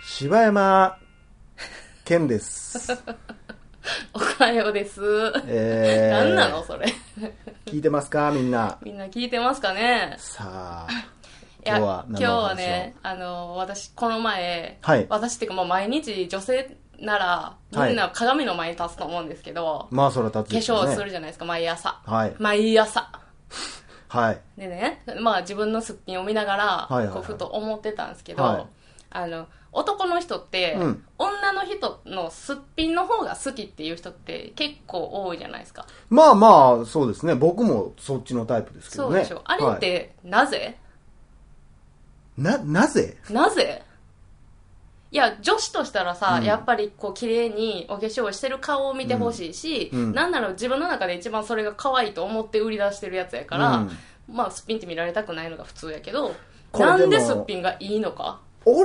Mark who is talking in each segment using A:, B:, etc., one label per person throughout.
A: 柴山健 です。
B: おはようです。
A: え
B: 何なのそれ。
A: 聞いてますかみんな。
B: みんな聞いてますかね
A: さあ、
B: い
A: 今
B: や
A: 日は何の
B: 今日
A: お話を
B: はね、あの、私、この前、
A: はい
B: 私っていうか、まあ、毎日女性なら、
A: はい
B: みんな鏡の前に立つと思うんですけど、
A: まあそれは達
B: 化
A: 人
B: 粧す
A: ね。
B: るじゃないですか、毎朝。
A: はい。
B: 毎朝。
A: はい。
B: でね、まあ、自分のすっぴんを見ながら、
A: いはいはい
B: こうふと思ってたんですけど、
A: はい
B: あの、男の人って、
A: うん
B: 女の人のすっぴんの方が好きっていう人って結構多いじゃないですか。
A: まあまあ、そうですね。僕もそっちのタイプですけど
B: そ
A: ね。
B: うでしょ。あれっ
A: は
B: て、なぜ、
A: いな、なぜ
B: なぜいや、女子としたらさ、
A: うん
B: やっぱりこう綺麗にお化粧してる顔を見てほしいし、
A: うんうん
B: なんなら自分の中で一番それが可愛いと思って売り出してるやつやから、
A: うん
B: まあすっぴんって見られたくないのが普通やけど、
A: これで
B: な
A: も
B: んですっぴんがいいのか
A: 俺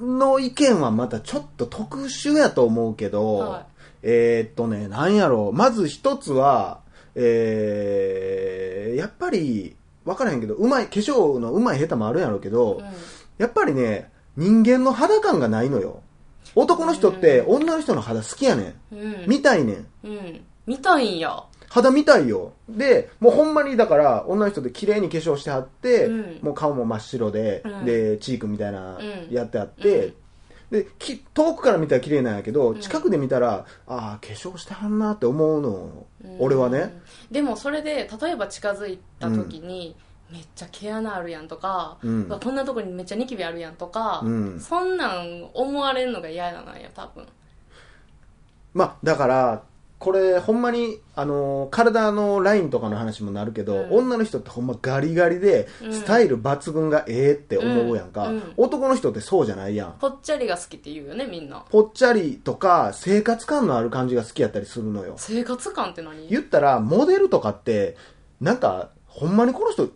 A: の意見はまたちょっと特殊やと思うけど、
B: はい
A: えーっとね、なんやろう。まず一つは、えー、やっぱり、わからへんけど、うまい、化粧のうまい下手もあるんやろうけど、
B: うん。
A: やっぱりね、人間の肌感がないのよ。男の人って
B: う
A: 女の人の肌好きやねん。
B: うん。
A: 見たいねん。
B: うん。見たいんや。
A: 肌見たいよ。で、もうほんまにだから、女の人で綺麗に化粧してはって、
B: うん
A: もう顔も真っ白で、
B: うん
A: で、チークみたいな
B: うん
A: やってあって、でき、遠くから見たら綺麗なんやけど、
B: ん
A: 近くで見たら、ああ、化粧してはんなって思うの。
B: うん
A: 俺はね。。
B: でもそれで、例えば近づいた時に、めっちゃ毛穴あるやんとか、
A: うん
B: うわこんなとこにめっちゃニキビあるやんとか、
A: うん
B: そんなん思われるのが嫌なんや、多分。
A: まあ、だから、これ、ほんまに、あのー体のラインとかの話もなるけど、
B: うん
A: 女の人ってほんまガリガリで、
B: うん
A: スタイル抜群がええって思うやんか、
B: うんうん
A: 男の人ってそうじゃないやん。
B: ぽっちゃりが好きって言うよねみんな
A: ぽっちゃりとか、生活感のある感じが好きやったりするのよ。
B: 生活感って何
A: 言ったら、モデルとかって、なんか、ほんまにこの人、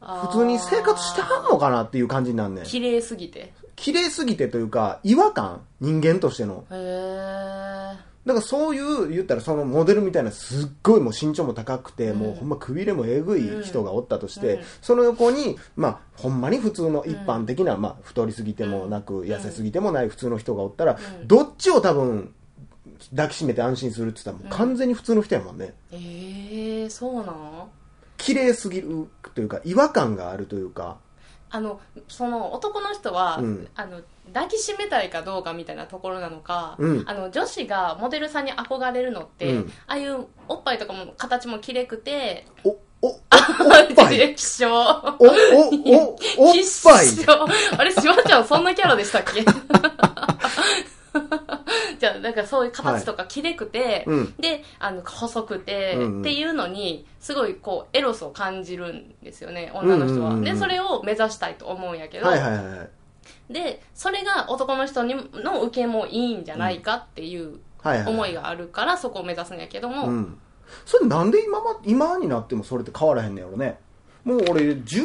A: 普通に生活してはんの
B: か
A: かなっていう感じになんねん。
B: 綺麗すぎてへ
A: 綺麗すぎてというか、違和感人間としての。
B: え
A: だからそういう、言ったらそのモデルみたいなすっごいもう身長も高くて、
B: うん
A: もうほんまくびれもえぐい人がおったとして、
B: うん
A: その横に、まあほんまに普通の一般的な、まあ太りすぎてもなく、
B: うん
A: 痩せすぎてもない普通の人がおったら、
B: うん
A: どっちを多分抱きしめて安心するって言ったらもう完全に普通の人やもんね。
B: えー、そうなの
A: 綺麗すぎるというか、違和感があるというか、
B: あのその男の人は、
A: うん
B: あの抱きしめたいかどうかみたいなところなのか、
A: うん
B: あの女子がモデルさんに憧れるのって、
A: うん
B: ああいうおっぱいとかも形も綺麗くて
A: お、お、おっぱい、
B: 希少
A: お、お、お、おっぱい。
B: 必勝あれ、しばちゃんそんなキャラでしたっけ じゃあ、なんかそういう形とかきれくて、
A: うん。
B: で、あの、細くて、
A: うんうん
B: っていうのに、すごいこう、エロスを感じるんですよね、女の人
A: うんうん
B: は。
A: うんうん
B: で、それを目指したいと思うんやけど、
A: はいはいはいはい。
B: で、それが男の人にの受けもいいんじゃないかっていう
A: はいはい。
B: 思いがあるから、そこを目指すんやけども、
A: うん、それなんで今ま今になってもそれって変わらへんねやろねもう俺10年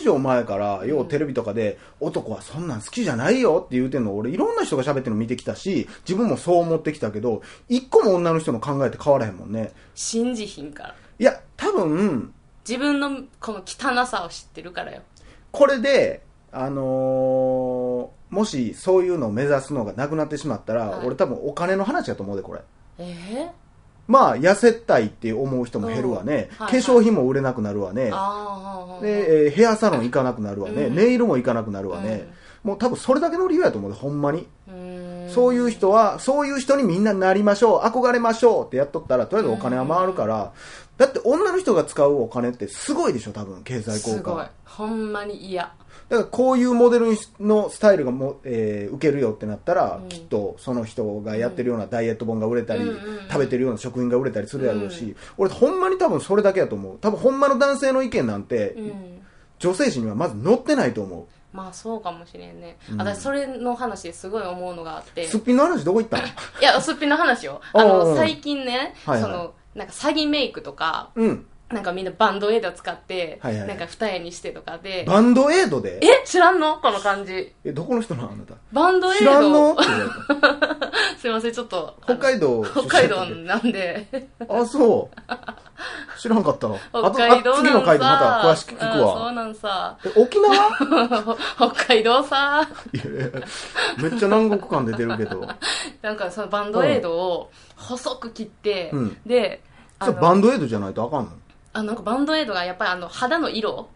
A: 以上前からようテレビとかで、男はそんなん好きじゃないよって言うてんの俺いろんな人が喋ってるの見てきたし自分もそう思ってきたけど一個も女の人の考えって変わらへんもんね
B: 信じひんから。
A: いや多分
B: 自分のこの汚さを知ってるからよ。
A: これであのーもしそういうのを目指すのがなくなってしまったら、
B: はい
A: 俺多分お金の話やと思うでこれ
B: えー
A: まあ痩せたいって思う人も減るわね、
B: うんはいはい
A: 化粧品も売れなくなるわね
B: あー
A: で、えーヘアサロン行かなくなるわね、
B: うん
A: ネイルも行かなくなるわね、もう多分それだけの理由やと思うでほんまに、そういう人はそういう人にみんななりましょう憧れましょうってやっとったらとりあえずお金は回るから、だって女の人が使うお金ってすごいでしょ多分経済
B: す
A: 効果
B: ごい
A: だか
B: ほんまに嫌
A: らこういうモデルのスタイルがも、えー受けるよってなったら、
B: うん
A: きっとその人がやってるようなダイエット本が売れたり、
B: うんうんうん
A: 食べてるような食品が売れたりするやろうし、
B: う
A: 俺ほんまに多分それだけやと思う多分ほんまの男性の意見なんて、
B: うん
A: 女性誌にはまず載ってないと思う
B: まあそうかもしれんね、
A: うん
B: 私それの話ですごい思うのがあって
A: すっぴんの話どこ行っ たの
B: いやすっぴんの話よ
A: あ
B: あ
A: ああ
B: の最近ね、
A: はいはい
B: そのなんか詐欺メイクとか
A: うん。
B: なんかみんなバンドエイド使って、
A: はいはいはい
B: なんか二重にしてとかで、
A: バンドエイドで
B: え知らんのこの感じ。
A: えどこの人なんあなた
B: バンドエイ
A: 知
B: ド。
A: らんのって言われた
B: すいません、ちょっと。あ
A: 北
B: の
A: 海道
B: 北海道なんで。
A: あそう 知らんかったわ
B: 北海 道
A: あとあ
B: なんさ。
A: 次の回でまた詳しく聞く
B: うんそう
A: わ
B: なんさ。
A: え沖縄
B: 北海道さ。
A: いやめっちゃ南国感出てるけ ど
B: なんかそのバンドエイドを細く切って、
A: うん
B: で、
A: それバンドエイドじゃないとあかんの
B: あなんかバンドエイドがやっぱりあの肌の色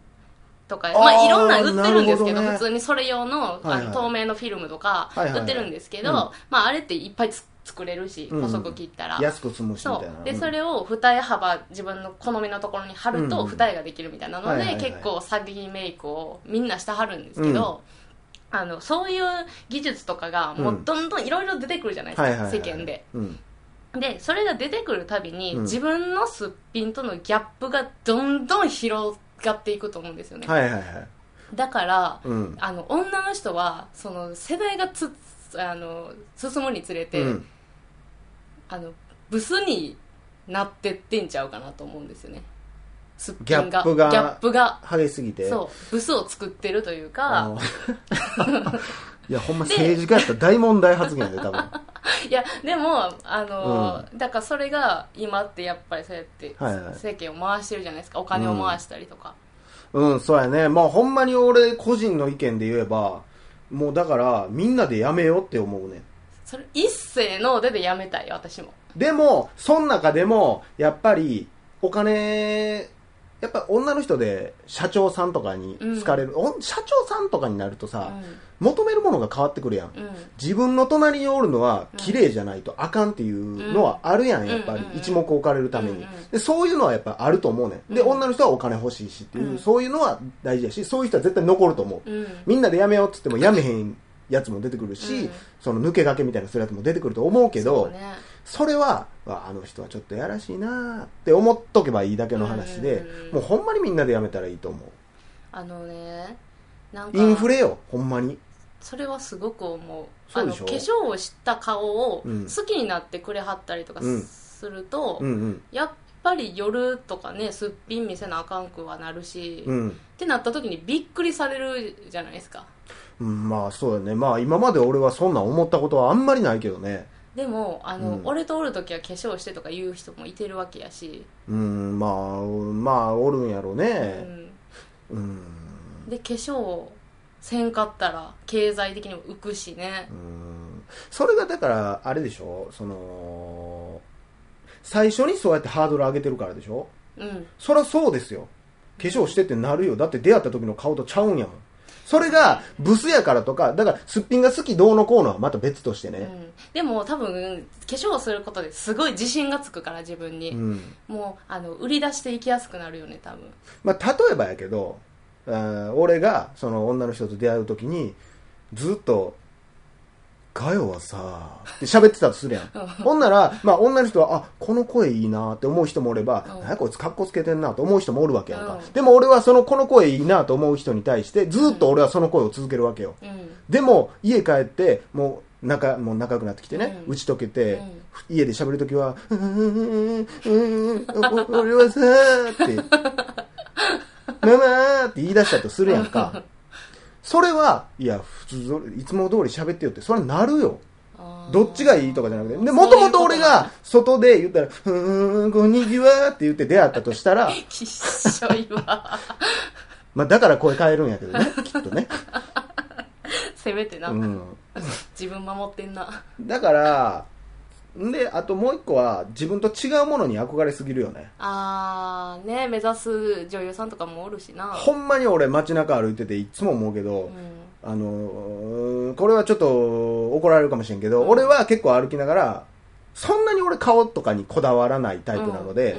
B: とか
A: あー
B: まあいろんな売ってるんですけ
A: な
B: ど
A: るほどね
B: 普通にそれ用の,、
A: はいはい
B: あの透明のフィルムとか
A: はいはいはい
B: 売ってるんですけど、
A: うん
B: まあ、あれっていっぱいつ作れるし
A: うん
B: 細く切ったら、
A: 安く済むしみ
B: そ
A: たいな
B: うで
A: うん
B: それを二重幅自分の好みのところに貼る
A: う
B: と
A: ん
B: 二重ができるみたいなので、
A: はいはいはい
B: 結構詐欺メイクをみんなしてはるんですけど、あのそういう技術とかがもうどんどんいろいろ出てくるじゃないですか、
A: はいはいはいはい
B: 世間で。
A: うん
B: でそれが出てくるたびに、
A: うん
B: 自分のすっぴんとのギャップがどんどん広がっていくと思うんですよね、
A: はいはいはい
B: だから、
A: うん
B: あの女の人はその世代がつあの進むにつれて、
A: うん
B: あのブスになってってんちゃうかなと思うんですよねすっぴん
A: ギャップが
B: ギャップが
A: 激しすぎて
B: そうブスを作ってるという
A: あ
B: か
A: の いやほんま
B: で
A: 政治家やったら大問題発言やで多分
B: いやでもあの、だからそれが今ってやっぱりそうやって
A: はいはい
B: 世間を回してるじゃないですかお金を回したりとか、
A: うんそうやねまあほんまに俺個人の意見で言えばもうだからみんなでやめようって思うね
B: それ一斉の出でやめたい私も
A: でもそん中でもやっぱりお金やっぱ女の人で社長さんとかに好かれる、お社長さんとかになると
B: う
A: さ、
B: ん
A: 求めるものが変わってくるやん
B: うん
A: 自分の隣におるのは綺麗じゃないとあかんっていうのはあるやん、
B: ん
A: やっぱり
B: うんうんうん
A: 一目置かれるために、
B: うんうん
A: でそういうのはやっぱあると思うねんで
B: うん
A: 女の人はお金欲しいしっていう、
B: うん
A: そういうのは大事やしそういう人は絶対残ると思う、
B: うん
A: みんなでやめようっつってもやめへんやつも出てくるし、
B: うん
A: その抜け駆けみたいなするやつも出てくると思うけど
B: そうね
A: それは、ああの人はちょっとやらしいなーって思っとけばいいだけの話で
B: うんうんう、ん
A: もうほんまにみんなでやめたらいいと思う。
B: あのねなんか
A: インフレよ、ほんまに。
B: それはすごく思う
A: そうで
B: あ
A: しょ
B: の化粧をした顔を
A: うん
B: 好きになってくれはったりとか
A: うん
B: すると、
A: うんうん。
B: やっぱり夜とかねすっぴん見せなあかんくはなるし、
A: う
B: っ
A: ん。
B: てなった時にびっくりされるじゃないですか
A: うんまあそうだね。まあ今まで俺はそんなん思ったことはあんまりないけどね。
B: でもあの、
A: うん
B: 俺とおる時は化粧してとか言う人もいてるわけやし、
A: うん、まあ、まあおるんやろ
B: う
A: ね。
B: ん、
A: うん。
B: で化粧せんかったら経済的にも浮くしね
A: うんそれがだから、あれでしょその、最初にそうやってハードル上げてるからでしょ
B: うん
A: そりゃそうですよ化粧してってなるよだって出会った時の顔とちゃうんやもんそれがブスやからとかだからすっぴんが好きどうのこうのはまた別として
B: う
A: ね
B: ん、でも多分化粧をすることですごい自信がつくから自分に、
A: うん、
B: もうあの売り出していきやすくなるよね多分
A: まあ、例えばやけどあー俺がその女の人と出会う時にずっと「ガヨはさ」って喋ってたとす るやんほんなら、まあ、女の人は「あこの声いいな」って思う人もおれば
B: うん
A: 「何やこいつかっこつけてんな」と思う人もおるわけやんか、
B: うん
A: でも俺はそのこの声いいなと思う人に対してずっと俺はその声を続けるわけよ、
B: うん
A: でも家帰ってもう仲もう仲良くなってきてね、
B: うん
A: 打ち解けて、
B: うん
A: 家で喋るときは「うーんうーんお俺はさ」って「ママ」って言い出したとするやんかそれはいや普通いつも通り喋ってよってそれはなるよ
B: あー
A: どっちがいいとかじゃなくてで
B: そういう
A: も
B: こと
A: もと俺が外で言ったら「うーんこんにちは」って言って出会ったとしたら
B: きっしょいわ
A: まあだから声変えるんやけどねきっとね、
B: せめてな、
A: うん、
B: 自分守ってんな
A: だからんであともう一個は自分と違うものに憧れすぎるよね
B: あーね目指す女優さんとかもおるしな
A: ほんまに俺街中歩いてていつも思うけど、
B: うん
A: あのーこれはちょっと怒られるかもしれんけど、俺は結構歩きながらそんなに俺顔とかにこだわらないタイプなので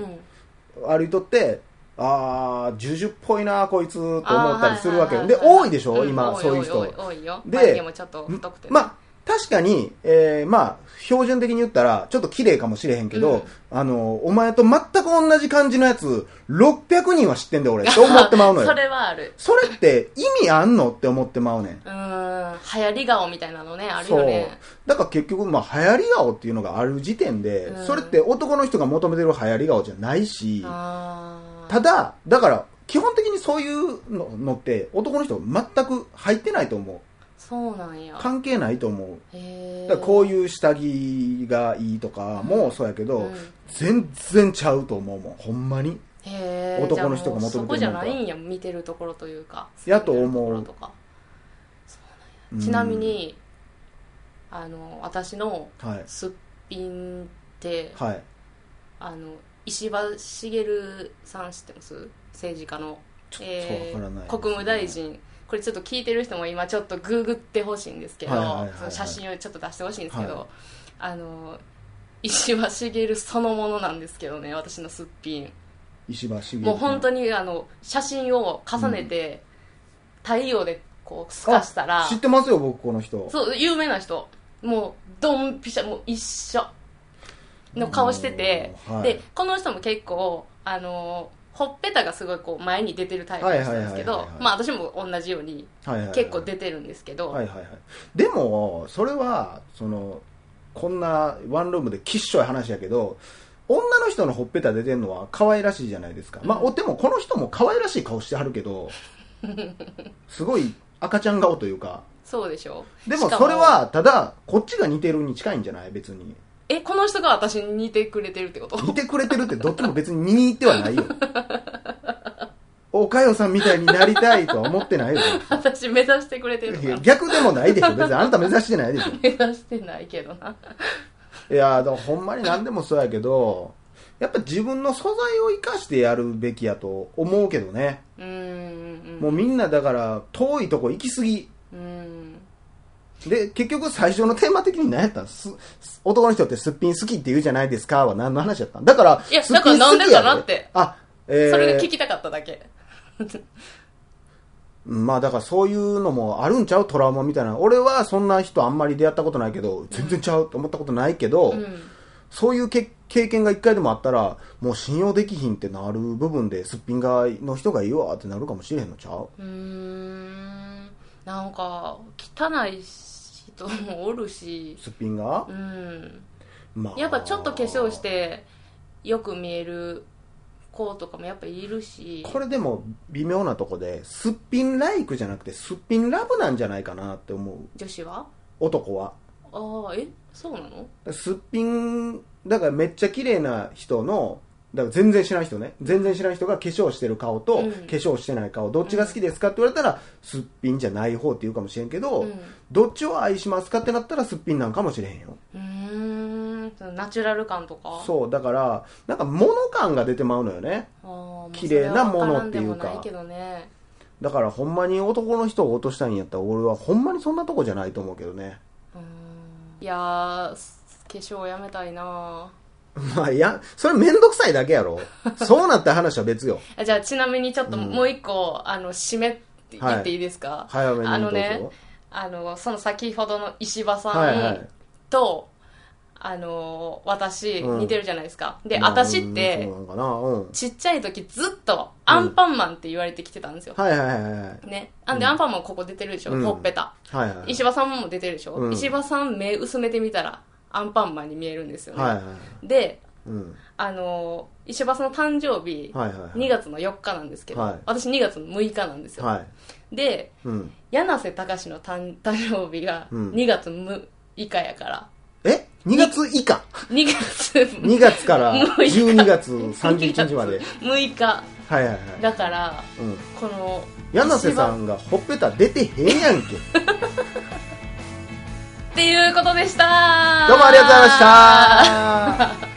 B: う、ん
A: 歩いとってああジュジュっぽいなこいつと思ったりするわけ
B: あーはい
A: で
B: はいはい
A: 多いでしょ、
B: ん
A: 今
B: 多
A: そういう人
B: 多い多いよ
A: で
B: 眉毛もちょっと太くてね
A: まあ確かに、えーまあ標準的に言ったらちょっと綺麗かもしれへんけど、
B: うん
A: あのお前と全く同じ感じのやつ600人は知ってんで俺って思ってまうのよ
B: それはある
A: それって意味あんのって思ってまうねん
B: うーん流行り顔みたいなのねあるよね
A: だから結局、まあ、流行り顔っていうのがある時点で、
B: うん
A: それって男の人が求めてる流行り顔じゃないし
B: あー
A: ただ、だから、基本的にそういうののって、男の人全く入ってないと思う。
B: そうなんや
A: 関係ないと思う。
B: へ
A: だからこう
B: う
A: いう下着がいいとかもそうやけど、
B: ん
A: 全然ちゃうと思うもん。ほんまに。
B: へー
A: 男の人が求めてる
B: じゃあもうそこじゃないんや見てるところというか
A: やと思う
B: 好きなところとか
A: うん
B: ちなみ、にあの私の
A: はい。
B: すっぴんって
A: はい。
B: あの石破茂さん知ってます政治家の、
A: ちょっ
B: え
A: とわからない、
B: ー国務大。臣これちょっと聞いてる人も今ちょっとグーグってほしいんですけど、
A: はいはいはいはい
B: その写真をちょっと出してほしいんですけど、
A: はい
B: あの石破茂そのものなんですけどね私のすっぴん
A: 石破茂。
B: もう本当
A: に
B: にあの写真を重ねて、太陽でこう透かしたら
A: 知ってますよ、僕この人。
B: そう有名な人もうドンピシャもう一緒の顔してて、
A: おーはい
B: でこの人も結構あのーほっぺたがすごいこう前に出てるタイプの人なんですけ
A: はい
B: ど
A: はいはいはいはい
B: まあ私も同じように
A: はいはいはい
B: 結構出てるんですけど、
A: はいはいはい、でも、それはそのこんなワンルームできっしょい話やけど女の人のほっぺた出てるのは可愛らしいじゃないですか、まあ、おでもこの人も可愛らしい顔してはるけ どすごい赤ちゃん顔というか
B: そうでしょ
A: で
B: し
A: も
B: か
A: それはただこっちが似てるに近いんじゃない別に
B: えこの人が私に似てくれてるってこと
A: 似てくれてるってどっちも別に似てはないよおかよさんみたいになりたいとは思って ないよ
B: 私目指してくれてるの
A: い
B: か
A: や
B: な
A: 逆でもないでしょ別にあなた目指してないでしょ
B: 目指してないけどない
A: やーでもほんまに何でもそうやけどやっぱ自分の素材を生かしてやるべきやと思うけどね、
B: うーん
A: もうみんなだから遠いとこ行き過ぎ
B: うーん
A: で結局最初のテーマ的に何やったんすす男の人ってすっぴん好きって言うじゃないですかは何の話やったんだから
B: いや
A: すっぴん
B: だからなんでかな
A: 好きや
B: って
A: あえー、
B: それが聞きたかっただけ
A: まあだからそういうのもあるんちゃうトラウマみたいな俺はそんな人あんまり出会ったことないけど全然ちゃうと思ったことないけど、
B: うん
A: そういうけ経験が一回でもあったら、もう信用できひんってなる部分で、すっぴんがの人がいいわってなるかもしれへんのちゃう
B: うーんなんか汚い人もおるし
A: すっぴんが、
B: うん
A: まあ。
B: やっぱちょっと化粧し。てよく見える子とかもやっぱいるし
A: これでも微妙なとこで、すっぴんライクじゃなくて、すっぴんラブなんじゃないかなって思う。
B: 女子は
A: 男は。
B: ああえそうなの
A: すっぴん、だからめっちゃ綺麗な人の、だから全然知らん人ね。全然知らん人が化粧してる顔と、
B: うん
A: 化粧してない顔、どっちが好きですかって言われたら、すっぴんじゃない方って言うかもしれんけど、
B: うん
A: どっちを愛しますかってなったらすっぴんなんかもしれへんよ。
B: うーんそのナチュラル感とか
A: そう、だから、なんか物感が出てまうのよね。
B: あーまあ
A: 綺麗なものっていうか
B: それは分らんでもないけどね
A: だからほんまに男の人を落としたいんやったら俺はほんまにそんなとこじゃないと思うけどね。
B: うーんいやーす化粧やめたいな
A: まあいや、それめんどくさいだけやろ。そうなった話は別よ。
B: あじゃあちなみにちょっと
A: うん
B: もう一個、あの締めって言っていいですか、
A: 早めに
B: あ
A: ど
B: の
A: うぞ。
B: ねあのその先ほどの石破さ
A: はいは
B: ん
A: い。
B: と、あの私、
A: うん
B: 似てるじゃないですかで
A: まあ
B: 私って
A: うんそうなんかな。うん。
B: ちっちゃい時ずっとアンパンマンって言われてきてたんですよ、
A: はいはいはいはい。はい
B: ねあんで、アンパンマンここ出てるでしょ、
A: うん
B: ほっぺた
A: はいはい。
B: 石破さんも出てるでしょ、
A: うん
B: 石破さん目薄めてみたらアンパンマンに見えるんですよね、
A: はいはい。
B: で
A: うん。
B: あの石破さんの誕生日、
A: はいはいはい。
B: 2月の4日なんですけど、
A: はい
B: 私2月の6日なんですよ、
A: はい。
B: で
A: うん。
B: 柳瀬隆の誕 誕生日が
A: うん
B: 2月6日やから、
A: え ?2 月以下
B: 2月
A: ?2 月 から12月31日まで。
B: 6日
A: はいはいはい。
B: だから
A: うん。
B: この
A: 柳瀬さんがほっぺた出てへんやんけ
B: っていうことでした
A: どうもありがとうございました